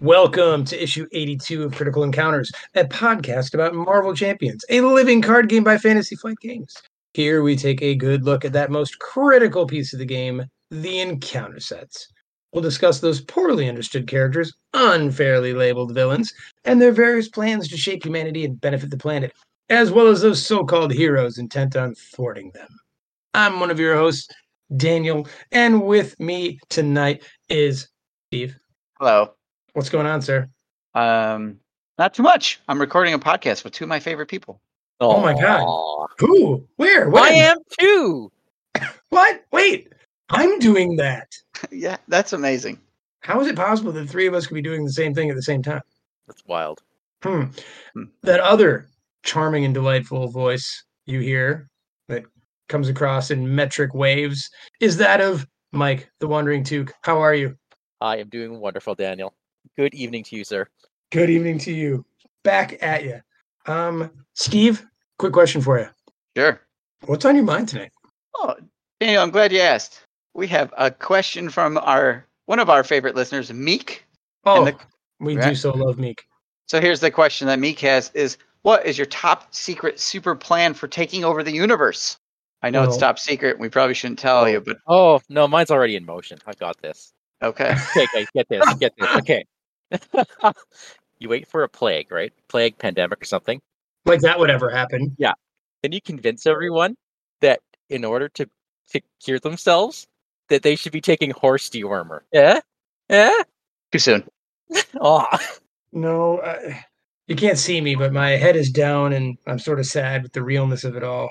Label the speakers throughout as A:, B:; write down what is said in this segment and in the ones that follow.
A: Welcome to issue 82 of Critical Encounters, a podcast about Marvel Champions, a living card game by Fantasy Flight Games. Here we take a good look at that most critical piece of the game, the encounter sets. We'll discuss those poorly understood characters, unfairly labeled villains, and their various plans to shape humanity and benefit the planet, as well as those so called heroes intent on thwarting them. I'm one of your hosts, Daniel, and with me tonight is Steve.
B: Hello.
A: What's going on, sir?
B: Um, not too much. I'm recording a podcast with two of my favorite people.
A: Oh my God.
C: Aw.
A: Who? Where? When?
C: I am too.
A: What? Wait, I'm doing that.
B: yeah, that's amazing.
A: How is it possible that three of us could be doing the same thing at the same time?
C: That's wild.
A: Hmm.
B: Hmm.
A: That other charming and delightful voice you hear that comes across in metric waves is that of Mike, the Wandering Toque. How are you?
C: I am doing wonderful, Daniel. Good evening to you, sir.
A: Good evening to you. Back at you. Um, Steve, quick question for you.
B: Sure.
A: What's on your mind tonight?
B: Oh, Daniel, I'm glad you asked. We have a question from our one of our favorite listeners, Meek.
A: Oh,
B: the-
A: we do
B: Right.
A: so love Meek.
B: So here's the question that Meek has: Is what is your top secret super plan for taking over the universe? I know it's
A: Well-
B: top secret. We probably shouldn't tell you, but
C: Oh no, mine's already in motion. I got this.
B: okay.
C: Okay, okay, get this, get this. Okay. you wait for a plague, right? Plague, pandemic, or something.
A: Like that would ever happen.
C: Then you convince everyone that in order to to cure themselves, that they should be taking horse dewormer. Eh? Yeah, yeah.
B: Too soon.
C: Oh,
A: No, I, you can't see me, but my head is down and I'm sort of sad with the realness of it all.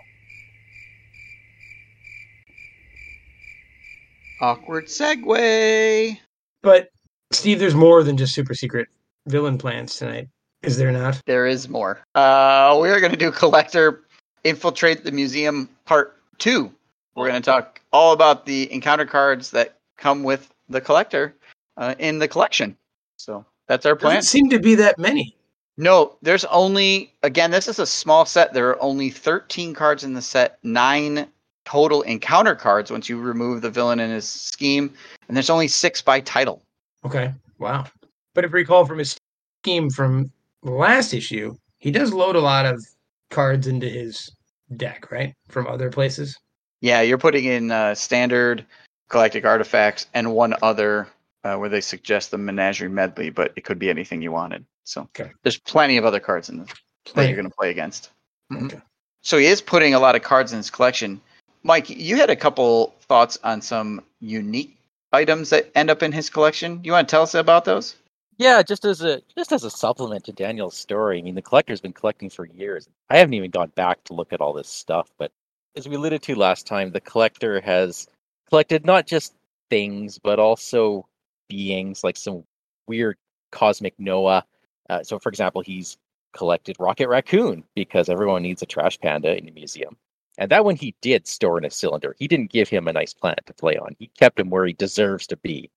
B: Awkward segue.
A: But Steve, there's more than just super secret villain plans tonight, is there not?
B: There is more. Uh, we're going to do collector infiltrate the museum part two. We're going to talk all about the encounter cards that come with the collector uh, in the collection. So that's our plan.
A: Doesn't seem to be that many.
B: No, there's only again. This is a small set. There are only 13 cards in the set. Nine total encounter cards once you remove the villain and his scheme, and there's only six by title.
A: Okay, wow. But if you recall from his scheme from the last issue, he does load a lot of cards into his deck, right? From other places.
B: Yeah, you're putting in uh, standard galactic artifacts and one other uh, where they suggest the menagerie medley, but it could be anything you wanted. So
A: Okay.
B: there's plenty of other cards in this that
A: Plenty.
B: you're going to play against. Mhm.
A: Okay.
B: So he is putting a lot of cards in his collection. Mike, you had a couple thoughts on some unique items that end up in his collection. You want to tell us about those?
C: Yeah, just as a just as a supplement to Daniel's story. I mean, the collector's been collecting for years. I haven't even gone back to look at all this stuff, but as we alluded to last time, the collector has collected not just things but also beings, like some weird cosmic Noah. Uh, so, for example, he's collected Rocket Raccoon because everyone needs a trash panda in a museum, and that one he did store in a cylinder. He didn't give him a nice planet to play on. He kept him where he deserves to be.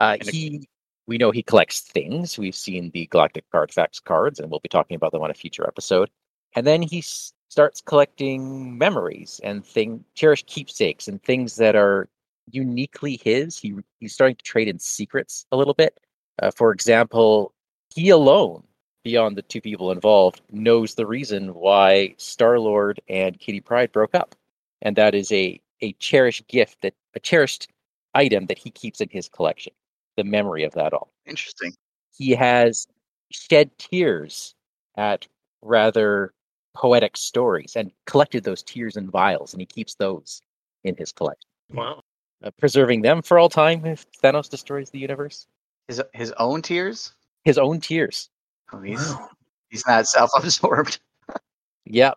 C: Uh,
B: And a-
C: he we know he collects things. We've seen the Galactic Artifacts cards, and we'll be talking about them on a future episode. And then he s- starts collecting memories and thing, cherished keepsakes and things that are uniquely his. He he's starting to trade in secrets a little bit. Uh, for example, he alone, beyond the two people involved, knows the reason why Star Lord and Kitty Pride broke up, and that is a a cherished gift that a cherished item that he keeps in his collection the memory of that all.
B: Interesting.
C: He has shed tears at rather poetic stories and collected those tears in vials, and he keeps those in his collection,
A: Wow.
C: uh, preserving them for all time if Thanos destroys the universe.
B: His his own tears.
C: His own tears.
B: Oh, he's
A: Wow.
B: he's not self-absorbed.
C: Yeah,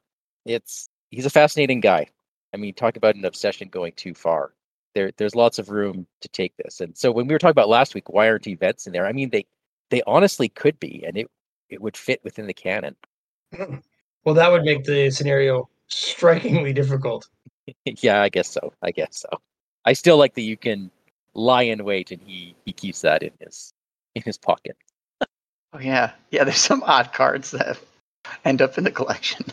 C: it's he's a fascinating guy. I mean, talk about an obsession going too far. There, there's lots of room to take this. And so when we were talking about last week, why aren't events in there? I mean, they they honestly could be, and it it would fit within the canon.
A: Well, that would make the scenario strikingly difficult.
C: yeah, I guess so. I guess so. I still like that you can lie in wait, and he he keeps that in his in his pocket.
B: Oh yeah, yeah. There's some odd cards that end up in the collection.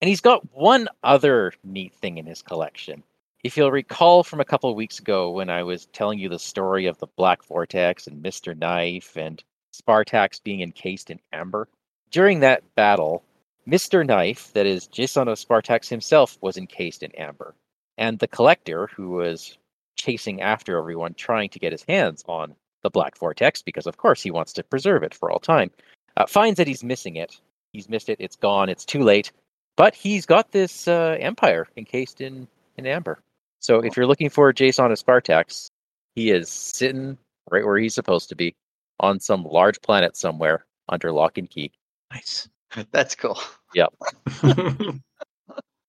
C: And he's got one other neat thing in his collection. If you'll recall from a couple of weeks ago when I was telling you the story of the Black Vortex and Mr. Knife and Spartax being encased in amber. During that battle, Mr. Knife, that is Jason of Spartax himself, was encased in amber. And the collector, who was chasing after everyone trying to get his hands on the Black Vortex, because of course he wants to preserve it for all time, uh, finds that he's missing it. He's missed it, it's gone, it's too late. But he's got this uh, empire encased in, in amber. So if you're looking for Jason of Spartax, he is sitting right where he's supposed to be on some large planet somewhere under lock and key.
A: Nice.
B: That's cool.
A: okay.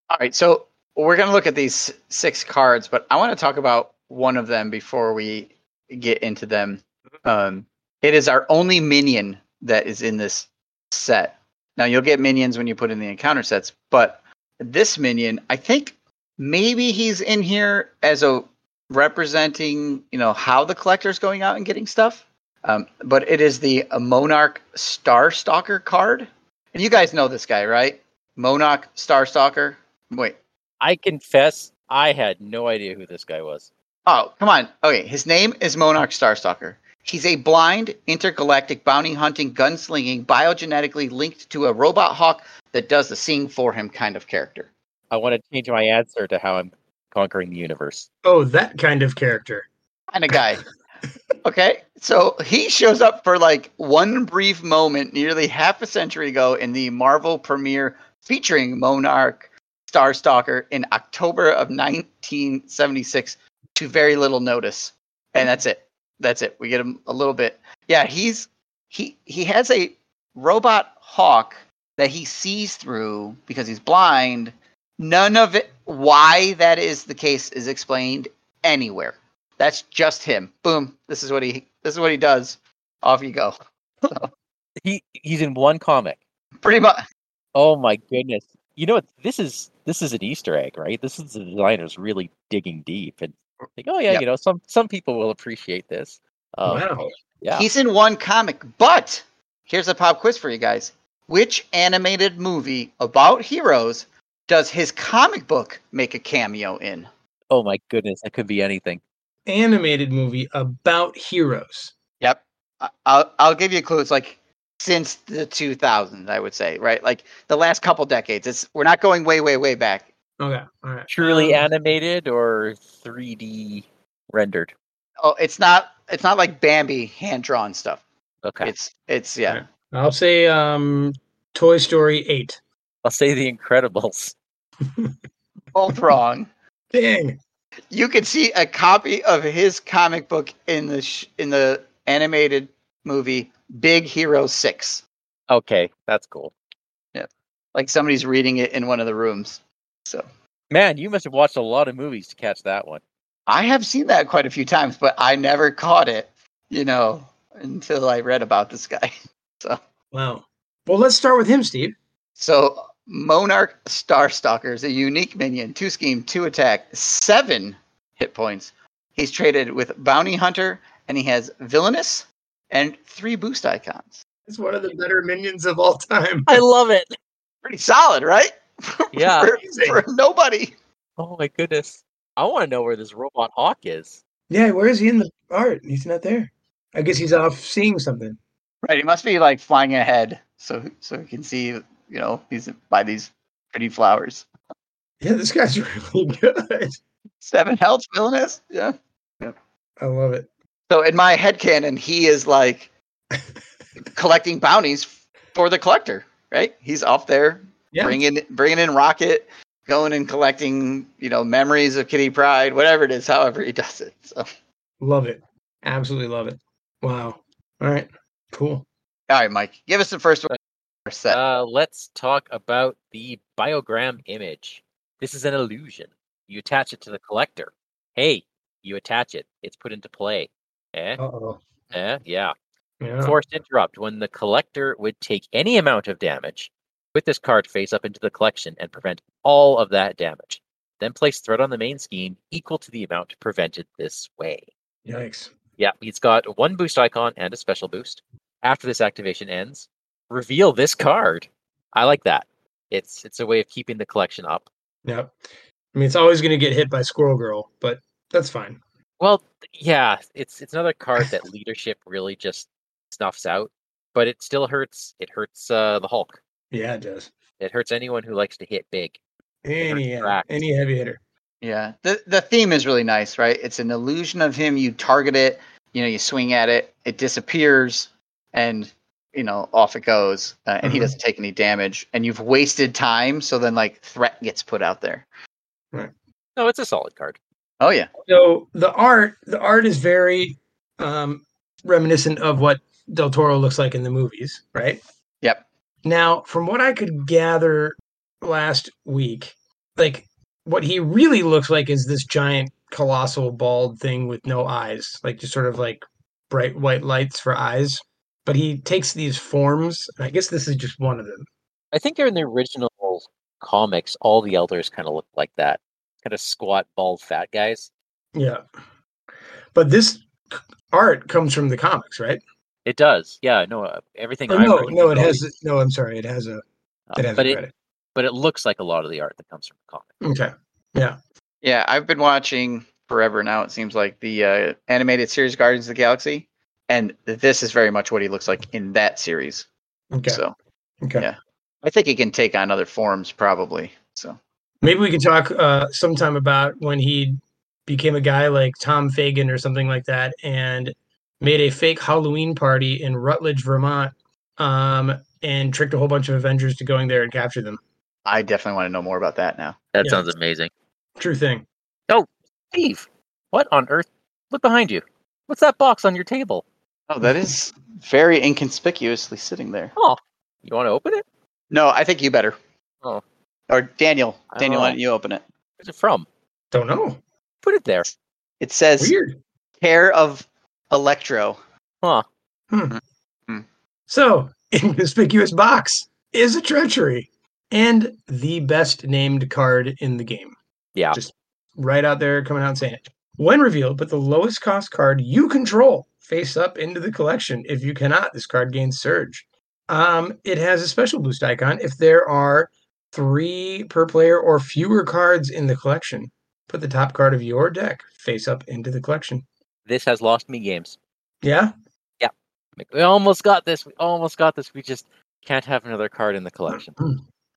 B: All right, so we're going to look at these six cards, but I want to talk about one of them before we get into them. Um, it is our only minion that is in this set. Now, you'll get minions when you put in the encounter sets, but this minion, I think maybe he's in here as a representing, you know, how the collector's going out and getting stuff. Um, but it is the uh, Monarch Star Stalker card. And you guys know this guy, right? Monarch Star Stalker. Wait.
C: I confess, I had no idea who this guy was.
B: Oh, come on. Okay, his name is Monarch Starstalker. He's a blind, intergalactic, bounty hunting, gunslinging, biogenetically linked to a robot hawk that does the seeing for him kind of character.
C: I want to change my answer to how I'm conquering the universe.
A: Oh, that kind of character.
B: Kind of guy. okay, so he shows up for like one brief moment nearly half a century ago in the Marvel premiere featuring Monarch Starstalker in October of 1976 to very little notice. And that's it. That's it. We get him a little bit. Yeah, he's he he has a robot hawk that he sees through because he's blind. None of it why that is the case is explained anywhere. That's just him. Boom. This is what he this is what he does. Off you go.
C: He he's in one comic.
B: Pretty much
C: Oh my goodness. You know what? This is this is an Easter egg, right? This is the designers really digging deep and like, oh yeah,
B: Yep.
C: you know, some some people will appreciate this. Um,
A: wow.
C: Yeah.
B: He's in one comic, but here's a pop quiz for you guys. Which animated movie about heroes does his comic book make a cameo in?
C: oh my goodness, that could be anything.
A: Animated movie about heroes.
B: Yep. I- I'll I'll give you clues like since the 2000s, I would say, right? Like the last couple decades. It's we're not going way way way back.
A: Okay. All right.
C: Truly
A: Um,
C: animated or 3D rendered?
B: Oh, it's not it's not like Bambi hand drawn stuff.
C: Okay.
B: It's it's yeah.
A: Right. I'll say um Toy Story 8.
C: I'll say The Incredibles.
B: Both wrong.
A: Dang.
B: You can see a copy of his comic book in the sh- in the animated movie Big Hero 6.
C: Okay, that's cool.
B: Like somebody's reading it in one of the rooms. So
C: Man, you must have watched a lot of movies to catch that one.
B: I have seen that quite a few times, but I never caught it, you know, until I read about this guy.
A: Wow. Well, let's start with him, Steve.
B: So Monarch Starstalker is a unique minion, two scheme, two attack, seven hit points. He's traded with Bounty Hunter, and he has Villainous and three boost icons.
A: He's one of the better minions of all time.
C: I love it.
B: Pretty solid, right?
C: Yeah.
B: for, for nobody.
C: Oh my goodness. I want to know where this robot hawk is.
A: Yeah, where is he in the art? He's not there. I guess he's off seeing something.
B: Right. He must be like flying ahead, so so he can see, you know, these by these pretty flowers.
A: Yeah, this guy's really good.
B: Seven health, Villainous. Yeah.
A: I love it.
B: So in my headcanon, he is like collecting bounties for the collector, right? He's off there
A: Yeah.
B: bringing bringing in Rocket, going and collecting, you know, memories of Kitty Pride, whatever it is, however he does it. So all
A: Love it. Absolutely love it. Wow. All right. Cool.
B: right, Mike, give us the first one. Our set.
C: Uh, let's talk about the biogram image. This is an illusion. You attach it to the collector. Hey, you attach it. It's put into play. Eh?
A: Uh oh.
C: Eh? Yeah.
A: Yeah.
C: Forced interrupt. When the collector would take any amount of damage, put this card face up into the collection and prevent all of that damage. Then place threat on the main scheme equal to the amount prevented this way.
A: Yikes.
C: Yeah, he's got one boost icon and a special boost. After this activation ends, reveal this card. I like that. It's it's a way of keeping the collection up.
A: Yep. I mean, it's always going to get hit by Squirrel Girl, but that's fine.
C: Well, yeah, it's it's another card that leadership really just snuffs out. but it still hurts. It hurts uh, the Hulk.
A: Yeah, it does.
C: It hurts anyone who likes to hit big.
A: Any uh,
C: Correct.
A: any heavy hitter.
B: Yeah. The the theme is really nice, right? It's an illusion of him. You target it, you know, you swing at it, it disappears, and you know, off it goes, uh, and he
A: Mhm.
B: doesn't take any damage. And you've wasted time, so then like threat gets put out there.
C: No, it's a solid card.
B: Oh yeah,
A: So the art, the art is very um, reminiscent of what Del Toro looks like in the movies, right?
B: Yep.
A: Now, from what I could gather last week, like what he really looks like is this giant, colossal, bald thing with no eyes, like just sort of like bright white lights for eyes. But he takes these forms, and I guess this is just one of them.
C: I think in the original comics, all the elders kind of look like that, kind of squat, bald, fat guys.
A: Yeah. But this c- art comes from the comics, right?
C: It does. Yeah. No. uh, Everything.
A: Or
C: I've
A: no,
C: read
A: no, it
C: is always-
A: has. No, I'm sorry, it has a.
C: uh,
A: It has
C: but
A: a
C: it
A: credit.
C: but it looks like a lot of the art that comes from the comic.
A: Okay.
B: yeah. I've been watching forever now. It seems like the uh, animated series Guardians of the Galaxy, and this is very much what he looks like in that series.
A: Okay.
B: So
A: okay.
B: yeah. I think he can take on other forms probably. So
A: Maybe we can talk uh, sometime about when he became a guy like Tom Fagan or something like that and made a fake Halloween party in Rutledge, Vermont, um, and tricked a whole bunch of Avengers to going there and capture them.
B: I definitely want to know more about that now.
C: That
A: Yeah.
C: sounds amazing.
A: True thing.
C: Steve, what on earth? Look behind you. What's that box on your table?
B: Oh, that is very inconspicuously sitting there.
C: You want to open it?
B: No, I think you better.
C: Oh.
B: Or Daniel. Daniel,
C: Oh.
B: why don't you open it?
C: Where's it from?
A: Don't know.
C: Put it there.
B: It says
A: Weird.
B: care of Electro.
C: Huh.
A: So, inconspicuous box is a treachery and the best named card in the game.
C: Yeah.
A: Just right out there coming out and saying it. When revealed, put the lowest cost card you control face up into the collection. If you cannot, this card gains surge. Um, it has a special boost icon. If there are three per player or fewer cards in the collection, put the top card of your deck face up into the collection.
C: This has lost me games.
A: Yeah.
C: Like, We almost got this. We almost got this. We just can't have another card in the collection.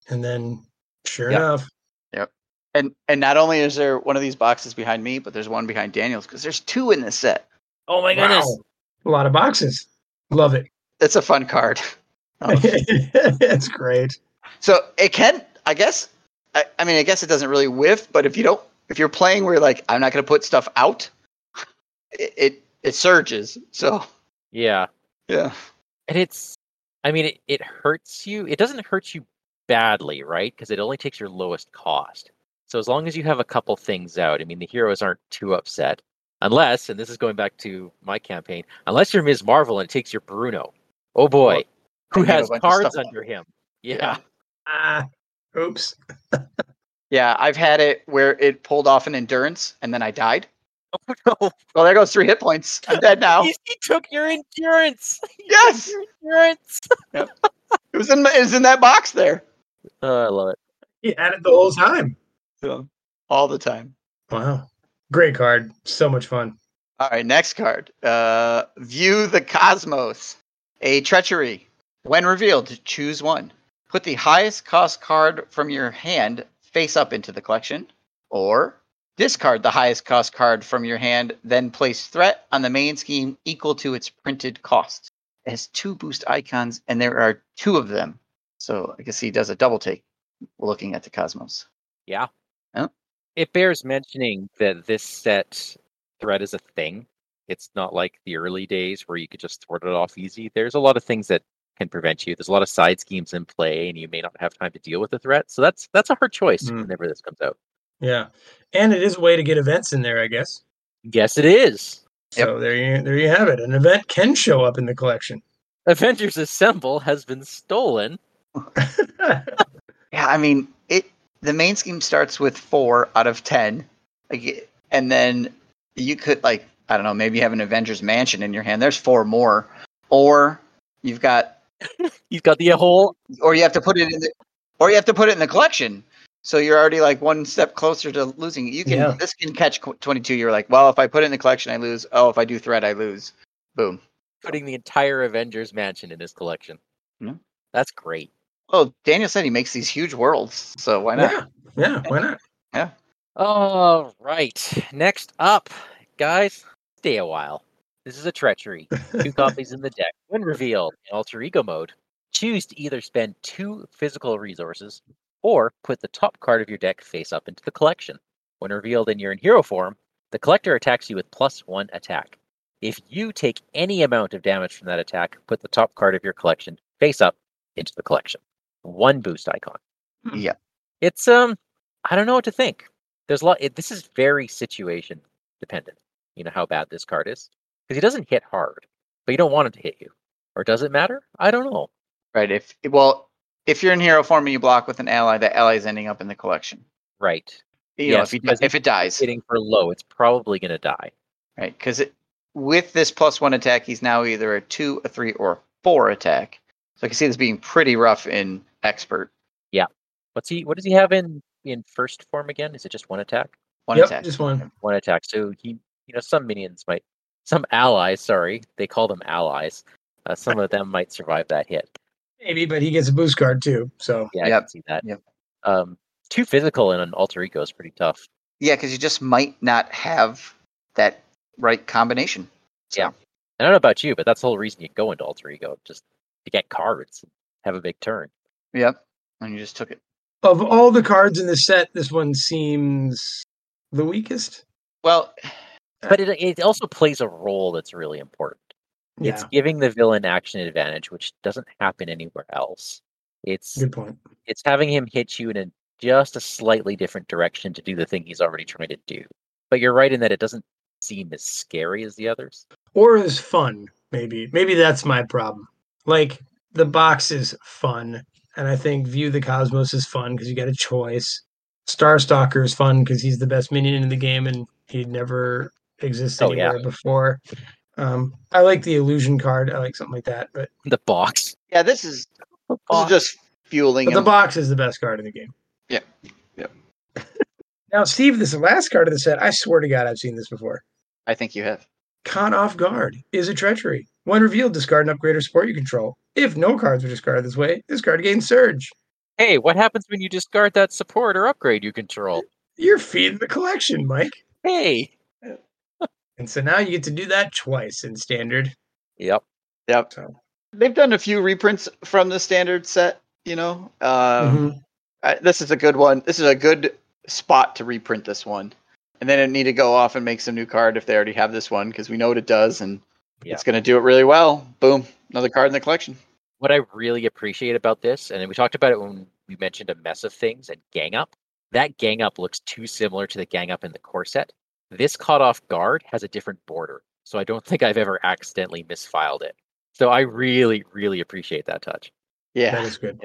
A: And then, sure
C: Yeah.
A: enough,
B: And and not only is there one of these boxes behind me, but there's one behind Daniel's because there's two in this set.
C: Oh my goodness.
A: Wow. a lot of boxes. Love it.
B: It's a fun card. Oh.
A: That's great.
B: so it can, I guess. I, I mean, I guess it doesn't really whiff, but if you don't, if you're playing where you're like I'm not going to put stuff out, it, it it surges. So
C: Yeah.
B: yeah,
C: And it's, I mean, it, it hurts you. It doesn't hurt you badly, right? Because it only takes your lowest cost. So as long as you have a couple things out, I mean, the heroes aren't too upset. Unless, and this is going back to my campaign, unless you're Ms. Marvel and it takes your Bruno. Oh boy,
B: Well,
C: who
B: and you have a
C: has
B: bunch of
C: cards
B: stuff
C: under him? Yeah.
A: Ah, oops.
B: yeah. I've had it where it pulled off an endurance and then I died.
C: Oh no.
B: Well, there goes three hit points. I'm dead now.
C: He, he took your endurance. He took
B: Yes!
C: your endurance.
B: It was in my, it was in that box there.
C: Oh, I love it.
A: He had it the whole time.
B: So, all the time.
A: Wow. Great card. So much fun.
B: All right, next card. Uh, view the cosmos. A treachery. When revealed, choose one. Put the highest cost card from your hand face up into the collection, or discard the highest cost card from your hand, then place threat on the main scheme equal to its printed cost. It has two boost icons, and there are two of them. So I guess he does a double take looking at the cosmos.
C: Yeah.
B: Yeah.
C: It bears mentioning that this set threat is a thing. It's not like the early days where you could just thwart it off easy. There's a lot of things that can prevent you. There's a lot of side schemes in play, and you may not have time to deal with the threat. So that's that's a hard choice
A: Mm.
C: whenever this comes out.
A: Yeah. And it is a way to get events in there, I guess.
C: Yes, it is.
B: Yep.
A: So there you there you have it. An event can show up in the collection.
C: Avengers Assemble has been stolen.
B: Yeah, I mean it. The main scheme starts with four out of ten, like, and then you could like I don't know, maybe you have an Avengers Mansion in your hand. There's four more, or you've got,
C: He's got the whole
B: or you have to put it in, the, or you have to put it in the collection. So you're already like one step closer to losing. You can
A: Yeah.
B: this can catch twenty two. You're like, well, if I put it in the collection, I lose. Oh, if I do threat, I lose. Boom.
C: putting the entire Avengers mansion in his collection.
B: Yeah.
C: That's great.
B: Well, Daniel said he makes these huge worlds, so why not?
A: Yeah, yeah, why not?
C: All right. Next up, guys, stay a while. This is a treachery. Two copies in the deck. When revealed in alter ego mode, choose to either spend two physical resources or put the top card of your deck face up into the collection. When revealed in your in hero form, the collector attacks you with plus one attack. If you take any amount of damage from that attack, put the top card of your collection face up into the collection. One boost icon.
A: Hmm.
B: Yeah.
C: It's um I don't know what to think. There's a lot it, this is very situation dependent. You know how bad this card is because he doesn't hit hard, but you don't want him to hit you. Or does it matter? I don't know.
B: Right. If well, if you're in hero form and you block with an ally, that ally is ending up in the collection.
C: Right.
B: You know,
C: Yes,
B: if, he,
C: because
B: if it dies,
C: Hitting for low, it's probably going to die.
B: right? Because with this plus one attack, he's now either a two, a three, or a four attack. So I can see this being pretty rough in expert
C: What's he? What does he have in in first form again? Is it just one attack?
B: one
A: yep,
B: attack.
A: just one.
C: One attack. So he, you know, some minions might, some allies. Sorry, they call them allies. Uh, some of them might survive that hit.
A: Maybe, but he gets a boost card too. So
C: Yeah, I can
B: Yep,
C: see that.
B: yep.
C: Um, too physical in an alter ego is pretty tough.
B: Yeah, because you just might not have that right combination.
C: I don't know about you, but that's the whole reason you go into alter ego, just to get cards, have a big turn.
B: Yep. And you just took it.
A: of all the cards in this set, this one seems the weakest.
B: Well,
C: But it it also plays a role that's really important. It's
A: yeah,
C: giving the villain action advantage, which doesn't happen anywhere else. It's
A: good point.
C: it's having him hit you in a, just a slightly different direction to do the thing he's already trying to do. But you're right in that it doesn't seem as scary as the others.
A: Or is fun? Maybe, maybe that's my problem. Like the box is fun, and I think View the Cosmos is fun because you got a choice. Starstalker is fun because he's the best minion in the game, and he never existed
C: Oh, yeah.
A: anywhere before. Um, I like the illusion card. I like something like that, but
C: The box.
B: yeah, this is,
C: The
B: this is
C: box.
B: just fueling
A: But the
B: him.
A: box is the best card in the game.
B: Yeah. Yep.
A: now, Steve, this is the last card of the set. I swear to God, I've seen this before.
B: I think you have.
A: Caught off guard is a treachery. When revealed, discard an upgrade or support you control. If no cards are discarded this way, this card gains surge.
C: Hey, what happens when you discard that support or upgrade you control?
A: You're feeding the collection, Mike.
C: Hey.
A: And so now you get to do that twice in standard.
C: Yep.
B: Yep.
A: So.
B: They've done a few reprints from the standard set, you know. Um,
A: Mhm.
B: I, this is a good one. This is a good spot to reprint this one. And then it need to go off and make some new card if they already have this one because we know what it does and
C: Yeah.
B: it's going to do it really well. Boom, another card in the collection.
C: What I really appreciate about this, and we talked about it when we mentioned a mess of things and gang up, that gang up looks too similar to the gang up in the core set. This caught off guard has a different border, so I don't think I've ever accidentally misfiled it. So I really, really appreciate that touch.
A: That
B: Yeah.
A: is good.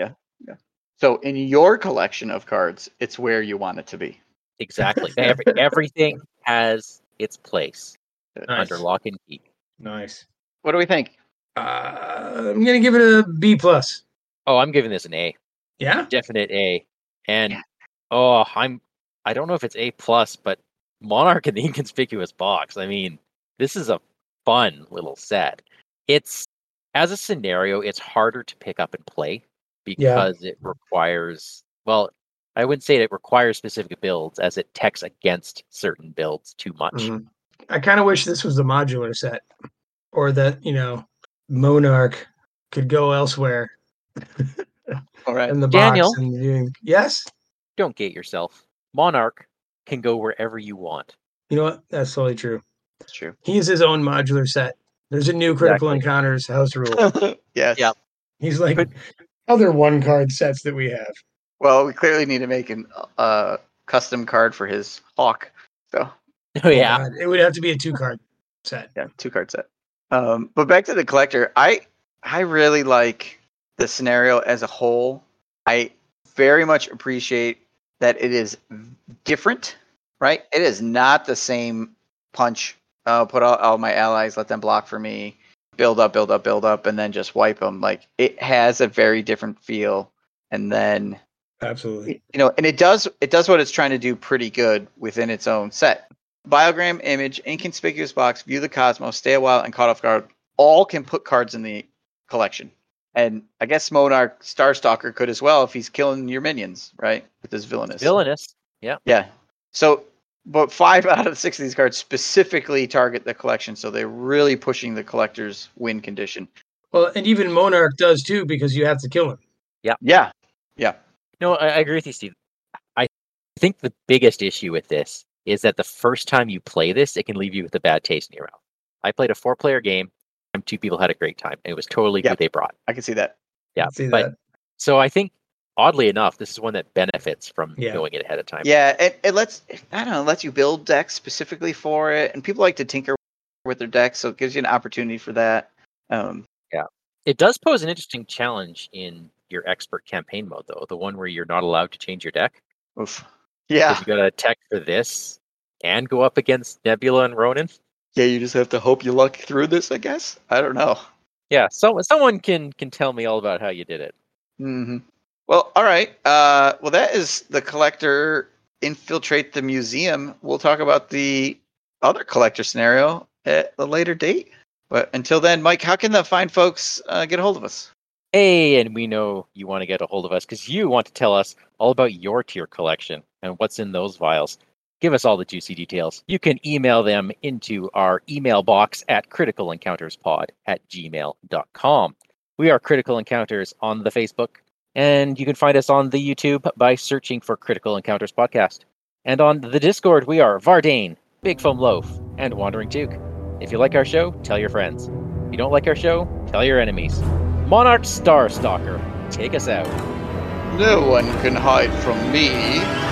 B: So in your collection of cards, it's where you want it to be.
C: Exactly. Ev- everything has its place
A: Nice.
C: under lock and key.
A: Nice.
B: What do we think?
A: Uh, I'm gonna give it a B plus.
C: Oh, I'm giving this an A,
A: Yeah.
C: definite A, and
B: Yeah.
C: oh, I'm I don't know if it's A plus, but Monarch in the Inconspicuous Box. I mean, this is a fun little set. It's as a scenario, it's harder to pick up and play because it requires well, I wouldn't say it requires specific builds as it techs against certain builds too much.
A: Mhm. I kind of wish this was the modular set, or that you know, Monarch could go elsewhere
B: All right.
A: in the
C: Daniel?
A: box. And doing, yes.
C: Don't gate yourself. Monarch can go wherever you want.
A: You know what? That's totally true.
B: That's true.
A: He is his own modular set. There's a new Critical
C: Exactly.
A: Encounters house rule.
B: yes.
C: Yeah.
A: He's like
C: But-
A: other one card sets that we have.
B: Well, we clearly need to make an uh, custom card for his hawk. So
C: Oh yeah.
A: God, it would have to be a two card set.
B: yeah, two card set. Um, but back to the collector, I I really like the scenario as a whole. I very much appreciate that it is different, right? It is not the same punch. Uh, put out all my allies, let them block for me, build up, build up, build up, and then just wipe them. Like it has a very different feel. And then
A: Absolutely.
B: you know and it does it does what it's trying to do pretty good within its own set biogram image inconspicuous box view the cosmos stay a while and caught off guard all can put cards in the collection. And I guess Monarch Starstalker could as well if he's killing your minions, right? With his villainous.
C: Villainous.
B: Yeah. So, but five out of the six of these cards specifically target the collection, so they're really pushing the collector's win condition.
A: Well, and even Monarch does too because you have to kill him.
B: Yeah.
C: No, I, I agree with you, Steve. I think the biggest issue with this is that the first time you play this, it can leave you with a bad taste in your mouth. I played a four player game, and two people had a great time, and it was totally
B: Yeah.
C: who they brought.
B: I can see that.
C: Yeah,
A: See
C: but-
A: that?
C: So I think, oddly enough, this is one that benefits from
A: Yeah.
C: knowing it ahead of time.
B: Yeah, it, it lets I don't know, it lets you build decks specifically for it, and people like to tinker with their decks, so it gives you an opportunity for that. Um,
C: It does pose an interesting challenge in your expert campaign mode, though, the one where you're not allowed to change your deck.
B: oof.
C: 'cause
B: Yeah,
C: You got to attack for this and go up against Nebula and Ronin.
B: yeah. You just have to hope you luck through this, I guess. I don't know.
C: Yeah, so someone can can tell me all about how you did it.
B: hmm Well, all right. Uh, well, that is the collector infiltrate the museum. We'll talk about the other collector scenario at a later date. But until then, Mike, how can the fine folks uh, get a hold of us?
C: Hey, and we know you want to get a hold of us because you want to tell us all about your tier collection and what's in those vials. Give us all the juicy details. You can email them into our email box at criticalencounterspod at gmail.com. We are Critical Encounters on the Facebook, and you can find us on the YouTube by searching for Critical Encounters Podcast. And on the Discord, we are Vardane, Big Foam Loaf, and Wandering Duke. If you like our show, tell your friends. If you don't like our show, tell your enemies. Monarch Star Stalker, take us out.
B: No one can hide from me.